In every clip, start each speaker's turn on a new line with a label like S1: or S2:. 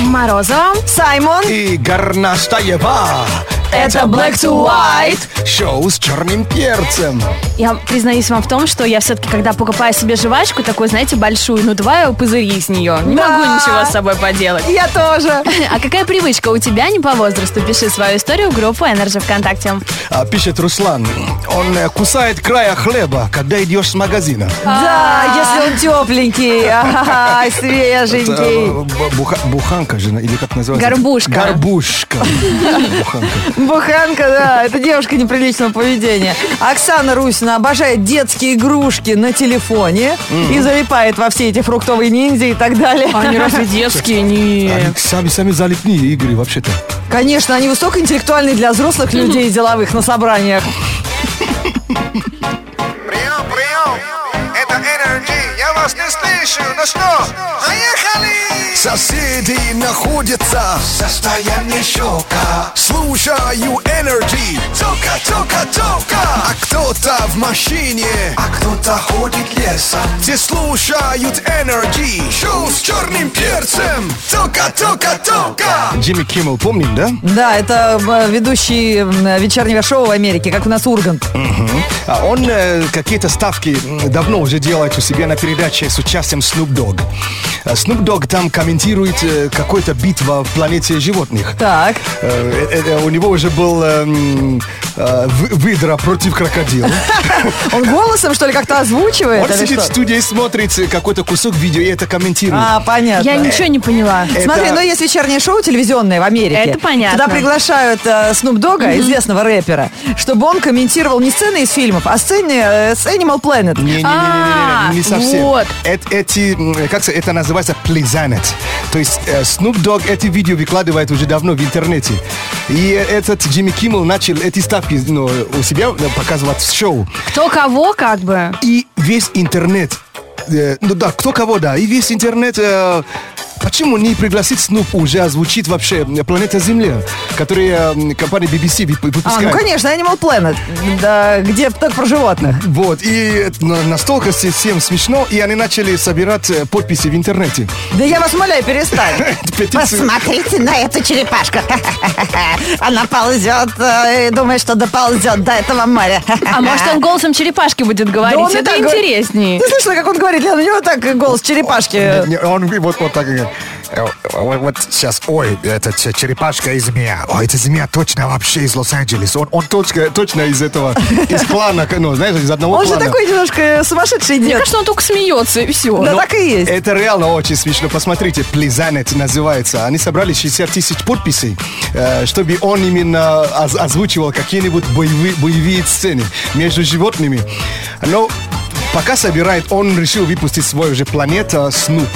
S1: Морозова.
S2: Саймон.
S3: И Горнастаева.
S2: Это Black to White.
S3: Шоу с черным перцем.
S1: Я признаюсь вам в том, что я все-таки, когда покупаю себе жвачку, такую, знаете, большую, ну, два пузыри из нее. Не
S2: Да.
S1: могу ничего с собой поделать.
S2: Я тоже.
S1: А какая привычка у тебя не по возрасту? Пиши свою историю в группу Energy ВКонтакте.
S3: А, Пишет Руслан, он э, кусает края хлеба, когда идешь с магазина.
S1: А,
S2: Да, если он тепленький, ага,
S3: Это,
S2: свеженький.
S3: э, бу- буха- буханка же, или как называется?
S1: Горбушка.
S3: Горбушка. Буханка.
S2: Буханка, да, это девушка неприличного поведения. Оксана Русина обожает детские игрушки на телефоне и залипает во все эти фруктовые ниндзя и так далее.
S1: Они разве детские? Не.
S3: Они Сами, сами залипные игры вообще-то.
S2: Конечно, они высокоинтеллектуальные для взрослых людей деловых на собраниях.
S4: Прием, прием! Это Energy! Я вас не слышу! Ну что, поехали!
S3: Соседи находятся в состоянии шока Слушаю Energy Тока, тока, тока А кто-то в машине А кто-то ходит лесом Все слушают Energy Шоу с черным перцем Тока, тока, тока Джимми Киммел, помним, да?
S2: Да, это э, ведущий м, вечернего шоу в Америке, как у нас Ургант.
S3: А он э, какие-то ставки м, давно уже делает у себя на передаче с участием Snoop Dogg. А Snoop Dogg там комментирует э, какую-то битва в планете животных.
S2: Так.
S3: Э, э, э, у него уже был эм, э, вы- выдра против крокодила.
S2: Он голосом, что ли, как-то озвучивает?
S3: Он
S2: или
S3: сидит в
S2: что?
S3: студии, смотрит э, какой-то кусок видео и это комментирует.
S2: А, понятно.
S1: Я ничего не поняла.
S2: Смотри,
S3: Это-
S2: ну есть вечернее шоу телевизионное в Америке.
S1: Это понятно.
S2: Туда приглашают э, Snoop Dogg, известного рэпера, чтобы он комментировал не сцены из фильмов, а сцены э, с Animal Planet.
S1: А,
S3: Не-не-не, не совсем.
S1: вот.
S3: Эт- Эти, м, как сказать, это называется Pleasanet. То есть э, Snoop Dogg эти видео выкладывает уже давно в интернете. И э, этот Джимми Киммел начал эти ставки ну, у себя э, показывать в шоу.
S1: Кто кого, как бы.
S3: И весь интернет, э, ну да, кто кого, да, и весь интернет... э, Почему не пригласить Снуп уже озвучить вообще э, «Планета Земля», который э, компания BBC вып-
S2: А,
S3: выпускает?
S2: ну конечно, Animal Planet, да, где только про животных.
S3: Вот, и на- настолько все- всем смешно, и они начали собирать э, подписи в интернете.
S2: Да я вас умоляю, перестань.
S3: Петицию.
S2: Посмотрите на эту черепашку. Она ползет э, и думает, что доползет до этого моря.
S1: А может, он голосом черепашки будет
S2: Э, Да
S1: говорить?
S2: он и
S1: Это
S2: так говорит.
S1: интереснее.
S2: Ты слышала, как он говорит, Лена, у него так голос черепашки.
S3: Не, Он вот, вот так говорит.
S4: Э, Вот, вот сейчас, ой, это ч- черепашка и змея. Ой, это змея точно вообще из Лос-Анджелеса. Он, он
S3: Точно, точно из этого, из клана, ну, знаешь, из одного
S2: Он же
S3: клана.
S2: такой немножко сумасшедший
S1: Мне
S2: идет.
S1: кажется, он только смеется, и Ну. все.
S2: Да так и есть.
S3: Это реально очень смешно. Посмотрите, Плизанет называется. Они собрали 60 тысяч подписей, э, чтобы он именно оз- озвучивал какие-нибудь боевые, боевые сцены между животными. Но пока собирает, он решил выпустить свой уже планета Снуп.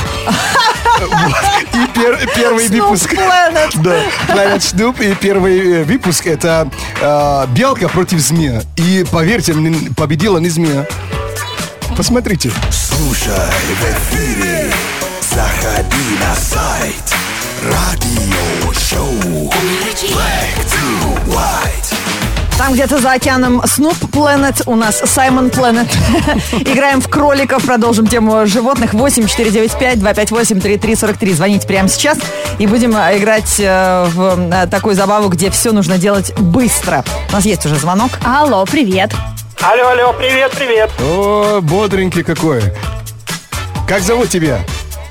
S3: И пер- первый
S2: Snoop
S3: выпуск...
S2: Planet.
S3: Да, Planet Snoop. И первый э, выпуск это э, белка против змея. И поверьте, мне, победила не змея. Посмотрите.
S5: Слушай в эфире, заходи на сайт Радио Шоу Black to White
S2: Там где-то за океаном Snoop Planet, у нас Саймон Planet. Играем в кроликов, продолжим тему животных. 8 495 258 3343. Звоните прямо сейчас и будем э, играть э, в э, такую забаву, где все нужно делать быстро. У нас есть уже звонок.
S1: Алло, привет.
S6: Алло, алло, привет, привет.
S3: О, бодренький какой. Как зовут тебя?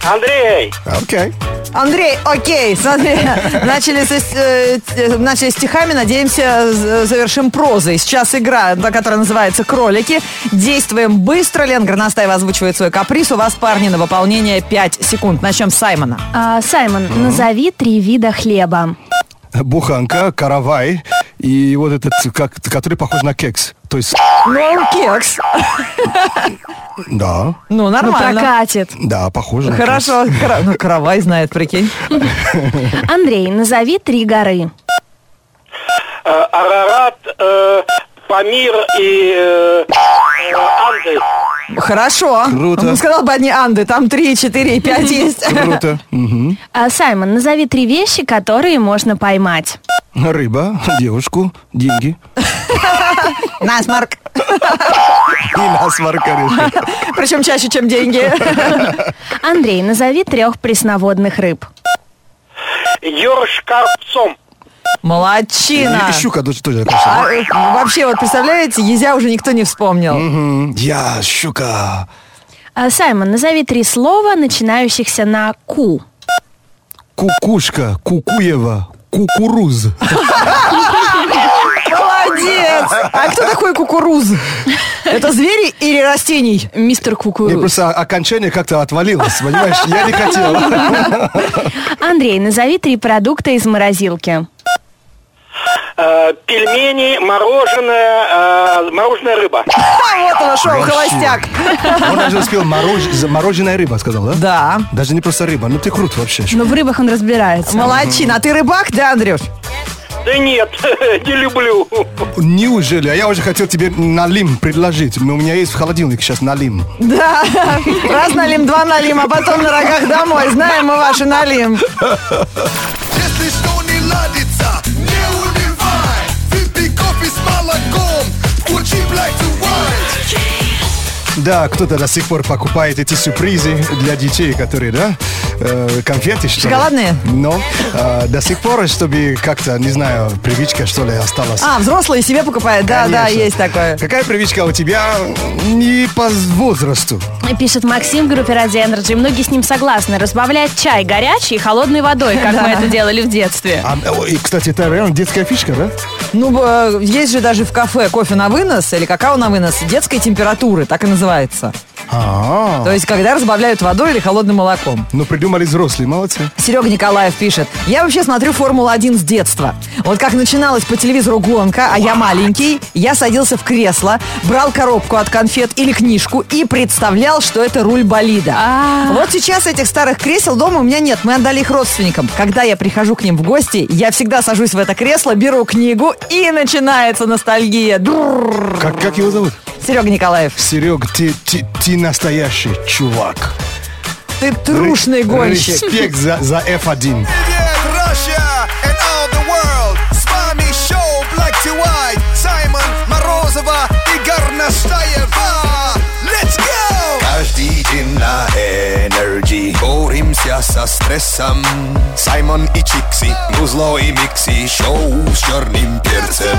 S6: Андрей,
S3: Окей.
S2: Андрей, окей, смотри, начали, со- э, э, начали стихами, надеемся, з- завершим прозой. Сейчас игра, та, которая называется «Кролики». Действуем быстро. Лен Горностаева озвучивает свой каприз. У вас, парни, на выполнение 5 секунд. Начнем с Саймона.
S1: А, Саймон, назови три вида хлеба.
S3: Буханка, каравай и вот этот, как, который похож на кекс. То есть,
S2: Ну, кекс.
S3: да,
S2: Ну,
S1: Ну,
S2: нормально.
S1: прокатит.
S3: да, похоже на
S2: Хорошо. Кра- Ну, каравай знает, прикинь.
S1: Андрей, назови три горы.
S6: э, Арарат, э, Памир и э, э, Анды.
S2: Хорошо.
S3: Круто.
S2: Ну, сказал бы одни Анды, там 3, 4 и 5 есть.
S3: кекс. Круто. Мгм.
S1: А, Саймон, назови три вещи, которые можно поймать.
S3: Рыба, девушку, деньги.
S2: Насморк.
S3: И насморк, конечно.
S2: Причем чаще, чем деньги.
S1: Андрей, назови трех пресноводных рыб.
S6: Йоршкарпцом.
S2: Молодчина.
S3: И щука тут тоже
S2: А,
S3: написано.
S2: э, вообще, вот представляете, езя уже никто не вспомнил.
S3: А Я щука.
S1: А, Саймон, назови три слова, начинающихся на «ку».
S3: Кукушка, Кукуева, Кукуруз.
S2: Молодец! А кто такой кукуруз? Это звери или растений?
S1: Мистер
S3: Мне
S1: Кукуру.
S3: просто окончание как-то отвалилось, понимаешь? Я не хотел.
S1: Андрей, назови три продукта из морозилки.
S6: Э, пельмени, мороженое, э, мороженая рыба.
S2: А, вот он шоу
S3: Вообще.
S2: «Холостяк».
S3: Он даже успел морож- за- мороженая рыба, сказал, да?
S2: Да.
S3: Даже не просто рыба. Ну ты крут вообще.
S1: Но в рыбах он разбирается.
S2: Молодчина. А ты рыбак, да, Андрюш?
S6: Да нет, не люблю.
S3: Неужели? А я уже хотел тебе налим предложить. Ну, У меня есть в холодильнике сейчас налим.
S2: Да. Раз налим, два налим, а потом на рогах домой. Знаем мы ваши налим.
S4: Если что не ладится, не унывай Выпей кофе с молоком, включи black to white
S3: Да, кто-то до сих пор покупает эти сюрпризы для детей, которые, да, э, конфеты, что ли.
S2: Шоколадные?
S3: Но э, до сих пор, чтобы как-то, не знаю, привычка, что ли, осталась.
S2: А, взрослые себе покупают. Да, А, да,
S3: Конечно.
S2: есть такое.
S3: Какая привычка у тебя не по возрасту?
S1: Пишет Максим в группе Ради Энерджи. Многие с ним согласны. Разбавлять чай горячей и холодной водой, как мы это делали в детстве.
S3: А, о, и, кстати, это реально детская фишка, да?
S2: Ну, э, есть же даже в кафе кофе на вынос или какао на вынос детской температуры, так и называется.
S3: А,
S2: То есть, когда разбавляют водой или холодным молоком.
S3: ну придумали взрослые, молодцы.
S2: Серега Николаев пишет. Я вообще смотрю «Формулу-1» с детства. Вот как начиналась по телевизору гонка, а я маленький, я садился в кресло, брал коробку от конфет или книжку и представлял, что это руль болида. Вот сейчас этих старых кресел дома у меня нет, мы отдали их родственникам. Когда я прихожу к ним в гости, я всегда сажусь в это кресло, беру книгу и начинается ностальгия. Дурррр.
S3: Как, как его зовут?
S2: Серега Николаев,
S3: Серег, ты, ты, ты настоящий чувак.
S2: ты трушный гонщик.
S3: Респект за, за F1.
S4: Привет, Russia and all the world С вами шоу black to white Саймон Морозова и Горностаева Let's go! Каждый день на Energy Боремся со стрессом Саймон и Чикси, Музло и Микси Шоу с черным перцем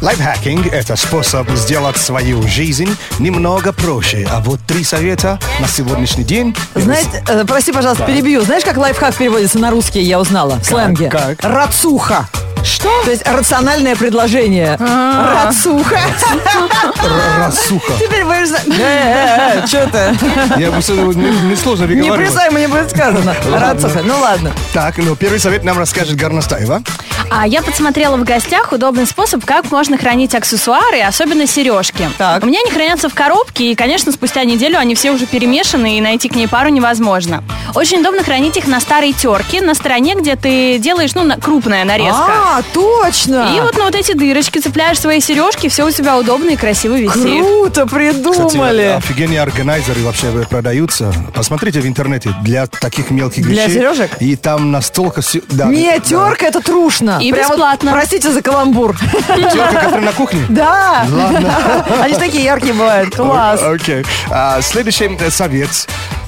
S3: Лайфхакинг – это способ сделать свою жизнь немного проще. А вот три совета на сегодняшний день.
S2: Знаете, э, прости, пожалуйста, перебью. Знаешь, как лайфхак переводится на русский, я узнала, в сленге?
S3: как?
S2: Рацуха. Что? То есть рациональное предложение.
S1: А.
S2: Рацуха.
S3: Расуха.
S2: Теперь вы же... Э, э, э, Что ты?
S3: Я просто не, не сложно
S2: Не
S3: переговаривать.
S2: присай, мне будет сказано. Рацуха. Ну ладно.
S3: Так, ну первый совет нам расскажет Горностаева.
S1: А я подсмотрела в гостях удобный способ, как можно хранить аксессуары, особенно сережки.
S2: Так.
S1: У меня они хранятся в коробке, и, конечно, спустя неделю они все уже перемешаны, и найти к ней пару невозможно. Очень удобно хранить их на старой терке, на стороне, где ты делаешь, ну, на- крупная нарезка.
S2: А, точно.
S1: И вот на вот эти дырочки цепляешь свои сережки, все у тебя удобно и красиво висит.
S2: Круто
S3: Кстати,
S2: придумали.
S3: офигенные органайзеры вообще продаются. Посмотрите в интернете для таких мелких
S2: Для
S3: вещей.
S2: сережек?
S3: И там настолько... всё- Да,
S2: Не,
S3: да.
S2: терка это трушно.
S1: И
S2: Прям вот,
S1: бесплатно.
S2: Простите за каламбур.
S3: Терка, которая на кухне?
S2: Да. Они же такие яркие бывают. Класс.
S3: Окей. А, следующий э, совет.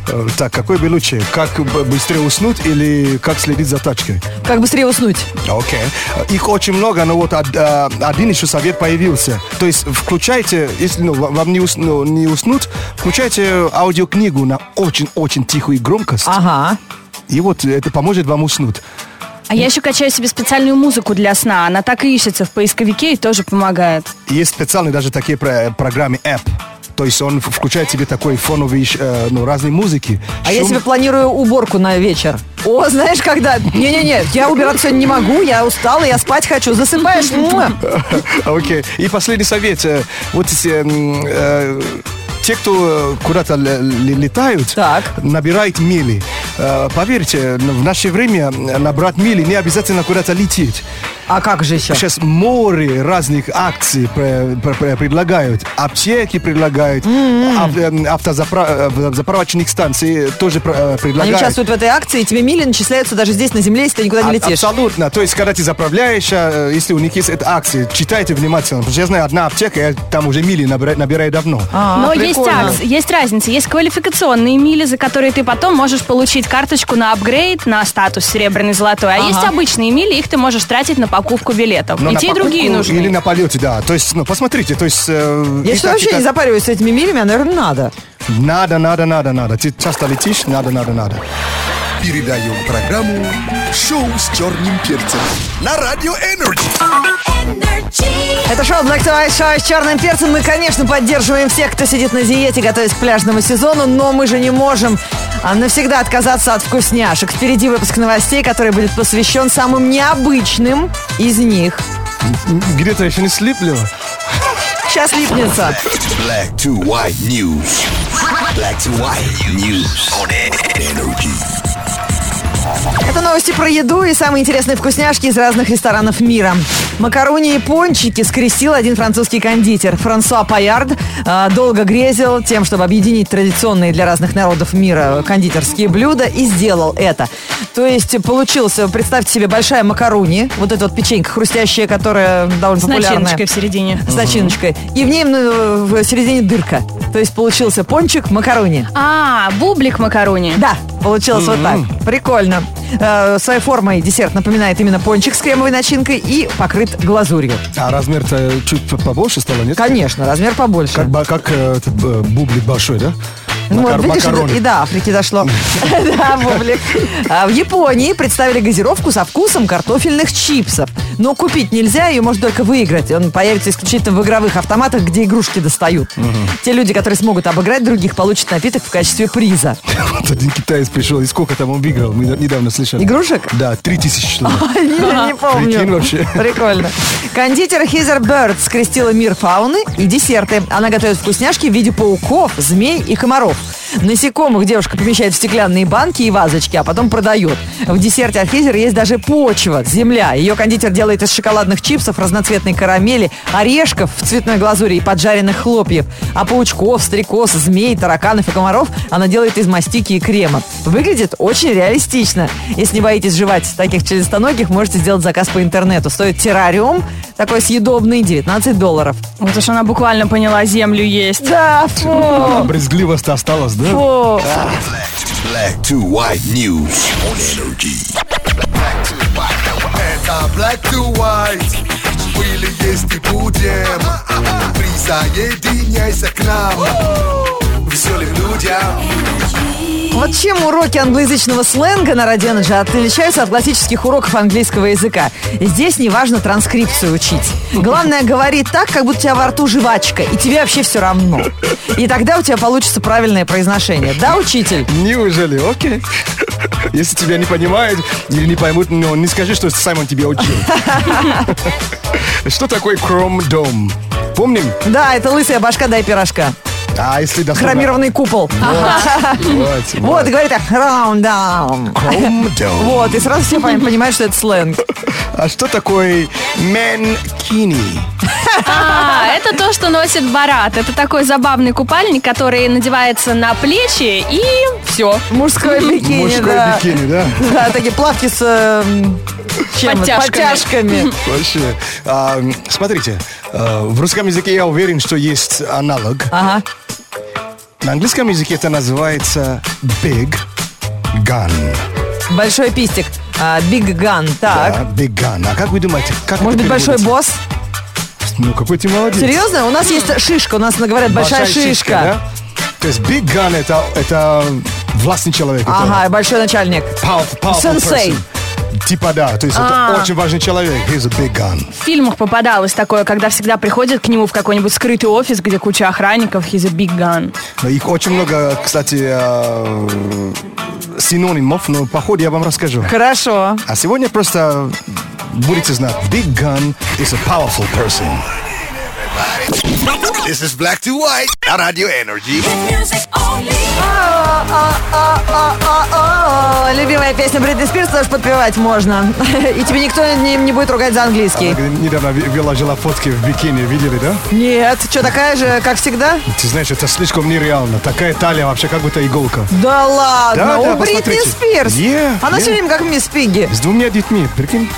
S3: Э, Так, какой бы лучше? Как б- быстрее уснуть или как следить за тачкой?
S2: Как быстрее уснуть.
S3: Окей. Их очень много, но вот од- а, один еще совет появился. То есть включайте, если ну, вам не, ус- ну, не уснуть, включайте аудиокнигу на очень-очень тихую громкость.
S2: Ага.
S3: И вот это поможет вам уснуть.
S1: А я еще качаю себе специальную музыку для сна. Она так и ищется в поисковике и тоже помогает.
S3: Есть специальные даже такие про- программы app. То есть он в- включает тебе такой фоновый, э, ну, разные музыки.
S2: А я
S3: Шум-
S2: себе планирую уборку на вечер. О, знаешь, когда... Не-не-не, я убираться сегодня не могу, я устала, я спать хочу. Засыпаешь? муа.
S3: Окей. И последний совет. Э, Вот эти, м, э, те, кто э, куда-то л- л- летают,
S2: Так.
S3: набирают мили. Э, Поверьте, в наше время набрать мили не обязательно куда-то лететь.
S2: А как же еще?
S3: Сейчас море разных акций пре- пре- пре- предлагают. Аптеки предлагают,
S2: М-м.
S3: ав- эм, автозапра- э, заправочных станций тоже пр- э,
S2: Они
S3: предлагают.
S2: участвуют в этой акции, и тебе мили начисляются даже здесь, на земле, если ты никуда не
S3: А-
S2: летишь.
S3: Абсолютно. То есть, когда ты заправляешь, э, если у них есть эта акция, читайте внимательно. Потому что я знаю, одна аптека, я там уже мили набира- набираю, давно.
S2: А,
S1: Но
S2: прикольно.
S1: есть акс- есть разница, есть квалификационные мили, за которые ты потом можешь получить карточку на апгрейд, на статус серебряный, золотой. А
S2: Ага.
S1: есть обычные мили, их ты можешь тратить на покупку билетов.
S3: Но
S1: и
S3: Ну, на
S1: те, и
S3: покупку
S1: другие нужны.
S3: Или на полете, да. То есть, ну, посмотрите, то есть... э,
S2: Я
S3: и
S2: что
S3: так, и
S2: вообще
S3: так.
S2: не запариваюсь с этими милями, а, наверное, надо.
S3: Надо, надо, надо, надо. Ты часто летишь, надо, надо, надо.
S4: Передаем программу «Шоу с черным перцем» на Радио Энерджи.
S2: Это шоу Black to White, шоу с черным перцем. Мы, конечно, поддерживаем всех, кто сидит на диете, готовясь к пляжному сезону, но мы же не можем а, навсегда отказаться от вкусняшек. Впереди выпуск новостей, который будет посвящен самым необычным из них.
S3: Где-то еще не слиплю.
S2: Сейчас липнется.
S4: Black to white news. Black to white news on Energy.
S2: Это новости про еду и самые интересные вкусняшки из разных ресторанов мира. Макарони и пончики скрестил один французский кондитер. Франсуа Паярд э, долго грезил тем, чтобы объединить традиционные для разных народов мира кондитерские блюда и сделал это. То есть получился, представьте себе, большая макаруни, вот эта вот печенька хрустящая, которая довольно
S1: С
S2: популярная.
S1: начиночкой в середине.
S2: С начиночкой. И в ней ну, в середине дырка. То есть получился пончик макарони.
S1: А, бублик макарони.
S2: Да, получилось вот так. Прикольно. Э, своей формой десерт напоминает именно пончик с кремовой начинкой и покрыт глазурью.
S3: А размер-то чуть побольше стало, нет?
S2: Конечно, размер побольше.
S3: Как, ба- как э, этот, э, бублик большой, да?
S2: Ну,
S3: Макар-
S2: вот видишь,
S3: макароны.
S2: и до Африки дошло. Да, бублик. А В Японии представили газировку со вкусом картофельных чипсов. Но купить нельзя, ее можно только выиграть. Он появится исключительно в игровых автоматах, где игрушки достают. Те люди, которые смогут обыграть других, получат напиток в качестве приза.
S3: Вот один китаец пришел, и сколько там он выиграл, мы недавно слышали.
S2: Игрушек?
S3: Да, три тысячи человек.
S2: Не, не
S3: Прикинь
S2: помню.
S3: вообще.
S2: Прикольно. Кондитер Хизер Берд скрестила мир фауны и десерты. Она готовит вкусняшки в виде пауков, змей и комаров. Насекомых девушка помещает в стеклянные банки и вазочки, а потом продает. В десерте от Хизер есть даже почва, земля. Ее кондитер делает из шоколадных чипсов, разноцветной карамели, орешков в цветной глазури и поджаренных хлопьев. А паучков, стрекоз, змей, тараканов и комаров она делает из мастики и крема. Выглядит очень реалистично. Если не боитесь жевать таких челюстоногих, можете сделать заказ по интернету. Стоит террариум, такой съедобный, 19 долларов.
S1: Вот уж она буквально поняла, землю есть.
S2: Да, фу,
S3: Брезгливость осталась, да?
S2: фу.
S4: Black to white news on Energy. Black to white. Это Black to white. Были, есть и будем. Присоединяйся к нам. Веселым людям.
S2: Вот чем уроки англоязычного сленга на Радио Energy отличаются от классических уроков английского языка? Здесь не важно транскрипцию учить. Главное, говори так, как будто у тебя во рту жвачка, и тебе вообще все равно. И тогда у тебя получится правильное произношение. Да, учитель?
S3: Неужели? Окей. Если тебя не понимают или не поймут, но не скажи, что Саймон тебя учил. Что такое кром-дом? Помним?
S2: Да, это лысая башка, дай пирожка.
S3: А если дословно?
S2: Хромированный купол.
S3: Вот,
S2: Вот,
S3: вот.
S2: и говорит так, «Раундам».
S3: Кром-дом.
S2: Вот, и сразу все пон- понимают, что это сленг.
S3: А что такое менкини?
S1: А, это то, что носит барат. Это такой забавный купальник, который надевается на плечи и все.
S2: Мужское бикини,
S3: Мужской
S2: да.
S3: бикини, да?
S2: Да, такие плавки с эм, чем?
S1: Подтяжками.
S2: подтяжками.
S3: Вообще. А, м, смотрите, э, в русском языке я уверен, что есть аналог.
S2: Ага.
S3: На английском языке это называется big gun.
S2: Большой пистик. Биг ган. Так.
S3: Да, big gun. А как вы думаете, как
S2: Может
S3: это
S2: быть, большой
S3: переводится?
S2: босс?
S3: Ну, какой ты молодец.
S2: Серьезно? У нас есть шишка. У нас говорят большая шишка.
S3: да? То есть big gun это, это властный человек. это
S2: Ага, и большой начальник.
S3: powerful- powerful
S2: Сенсей.
S3: person. Типа да, то есть
S1: А.
S3: это очень важный человек. He's a big gun.
S1: В фильмах попадалось такое, когда всегда приходят к нему в какой-нибудь скрытый офис, где куча охранников, he's a big gun.
S3: Но их очень много, кстати, э, синонимов, но по ходу я вам расскажу.
S2: Хорошо.
S3: А сегодня просто будете знать, big gun is a powerful person.
S4: This is Black to white на Радио Энерджи.
S2: О, о, о, о, о, о, Любимая Такая песня Бритни Спирс тоже подпевать можно. И тебе никто не, не будет ругать за английский.
S3: Недавно ви- выложила фотки в бикини, видели, да?
S2: Нет, что, такая же, как всегда?
S3: Ты знаешь, это слишком нереально. Такая талия вообще как будто иголка.
S2: Да ладно,
S3: Да,
S2: у
S3: да,
S2: Бритни
S3: посмотрите.
S2: Спирс.
S3: Е,
S2: Она
S3: е.
S2: все время как мисс Пигги.
S3: С двумя детьми, прикинь.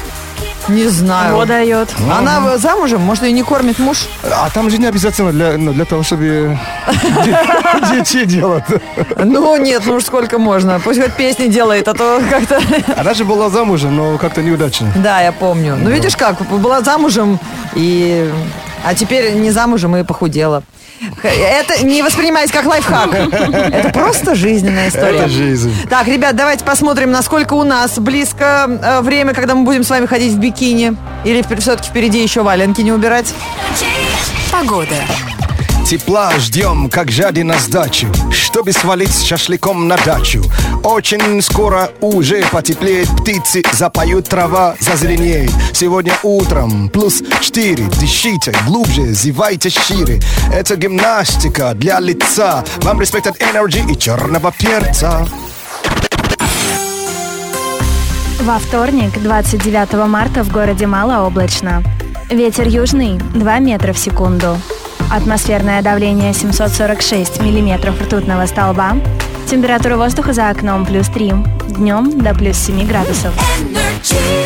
S2: Не знаю.
S1: Во дает.
S2: Она замужем, может, ее не кормит муж?
S3: А там же не обязательно для, ну, для того, чтобы де- детей делать.
S2: Ну, нет, ну уж сколько можно. Пусть хоть песни делает, а то как-то...
S3: Она же была замужем, но как-то неудачно.
S2: Да, я помню. Ну, видишь как, была замужем и... А теперь не замужем и похудела. Х- Это не воспринимаясь как лайфхак. Это просто жизненная история.
S3: Это жизнь.
S2: Так, ребят, давайте посмотрим, насколько у нас близко э, время, когда мы будем с вами ходить в бикини. Или впер- все-таки впереди еще валенки не убирать.
S7: Погода.
S3: Тепла ждем, как жади на сдачу, чтобы свалить с шашлыком на дачу. Очень скоро уже потеплеет, птицы запоют, трава зазеленеет. Сегодня утром плюс 4, дышите глубже, зевайте шире. Это гимнастика для лица, вам респект от Energy и черного перца.
S8: Во вторник, 29 марта, в городе Малооблачно. Ветер южный 2 метра в секунду. Атмосферное давление 746 миллиметров ртутного столба. Температура воздуха за окном плюс 3. Днем до плюс 7 градусов.
S7: Energy.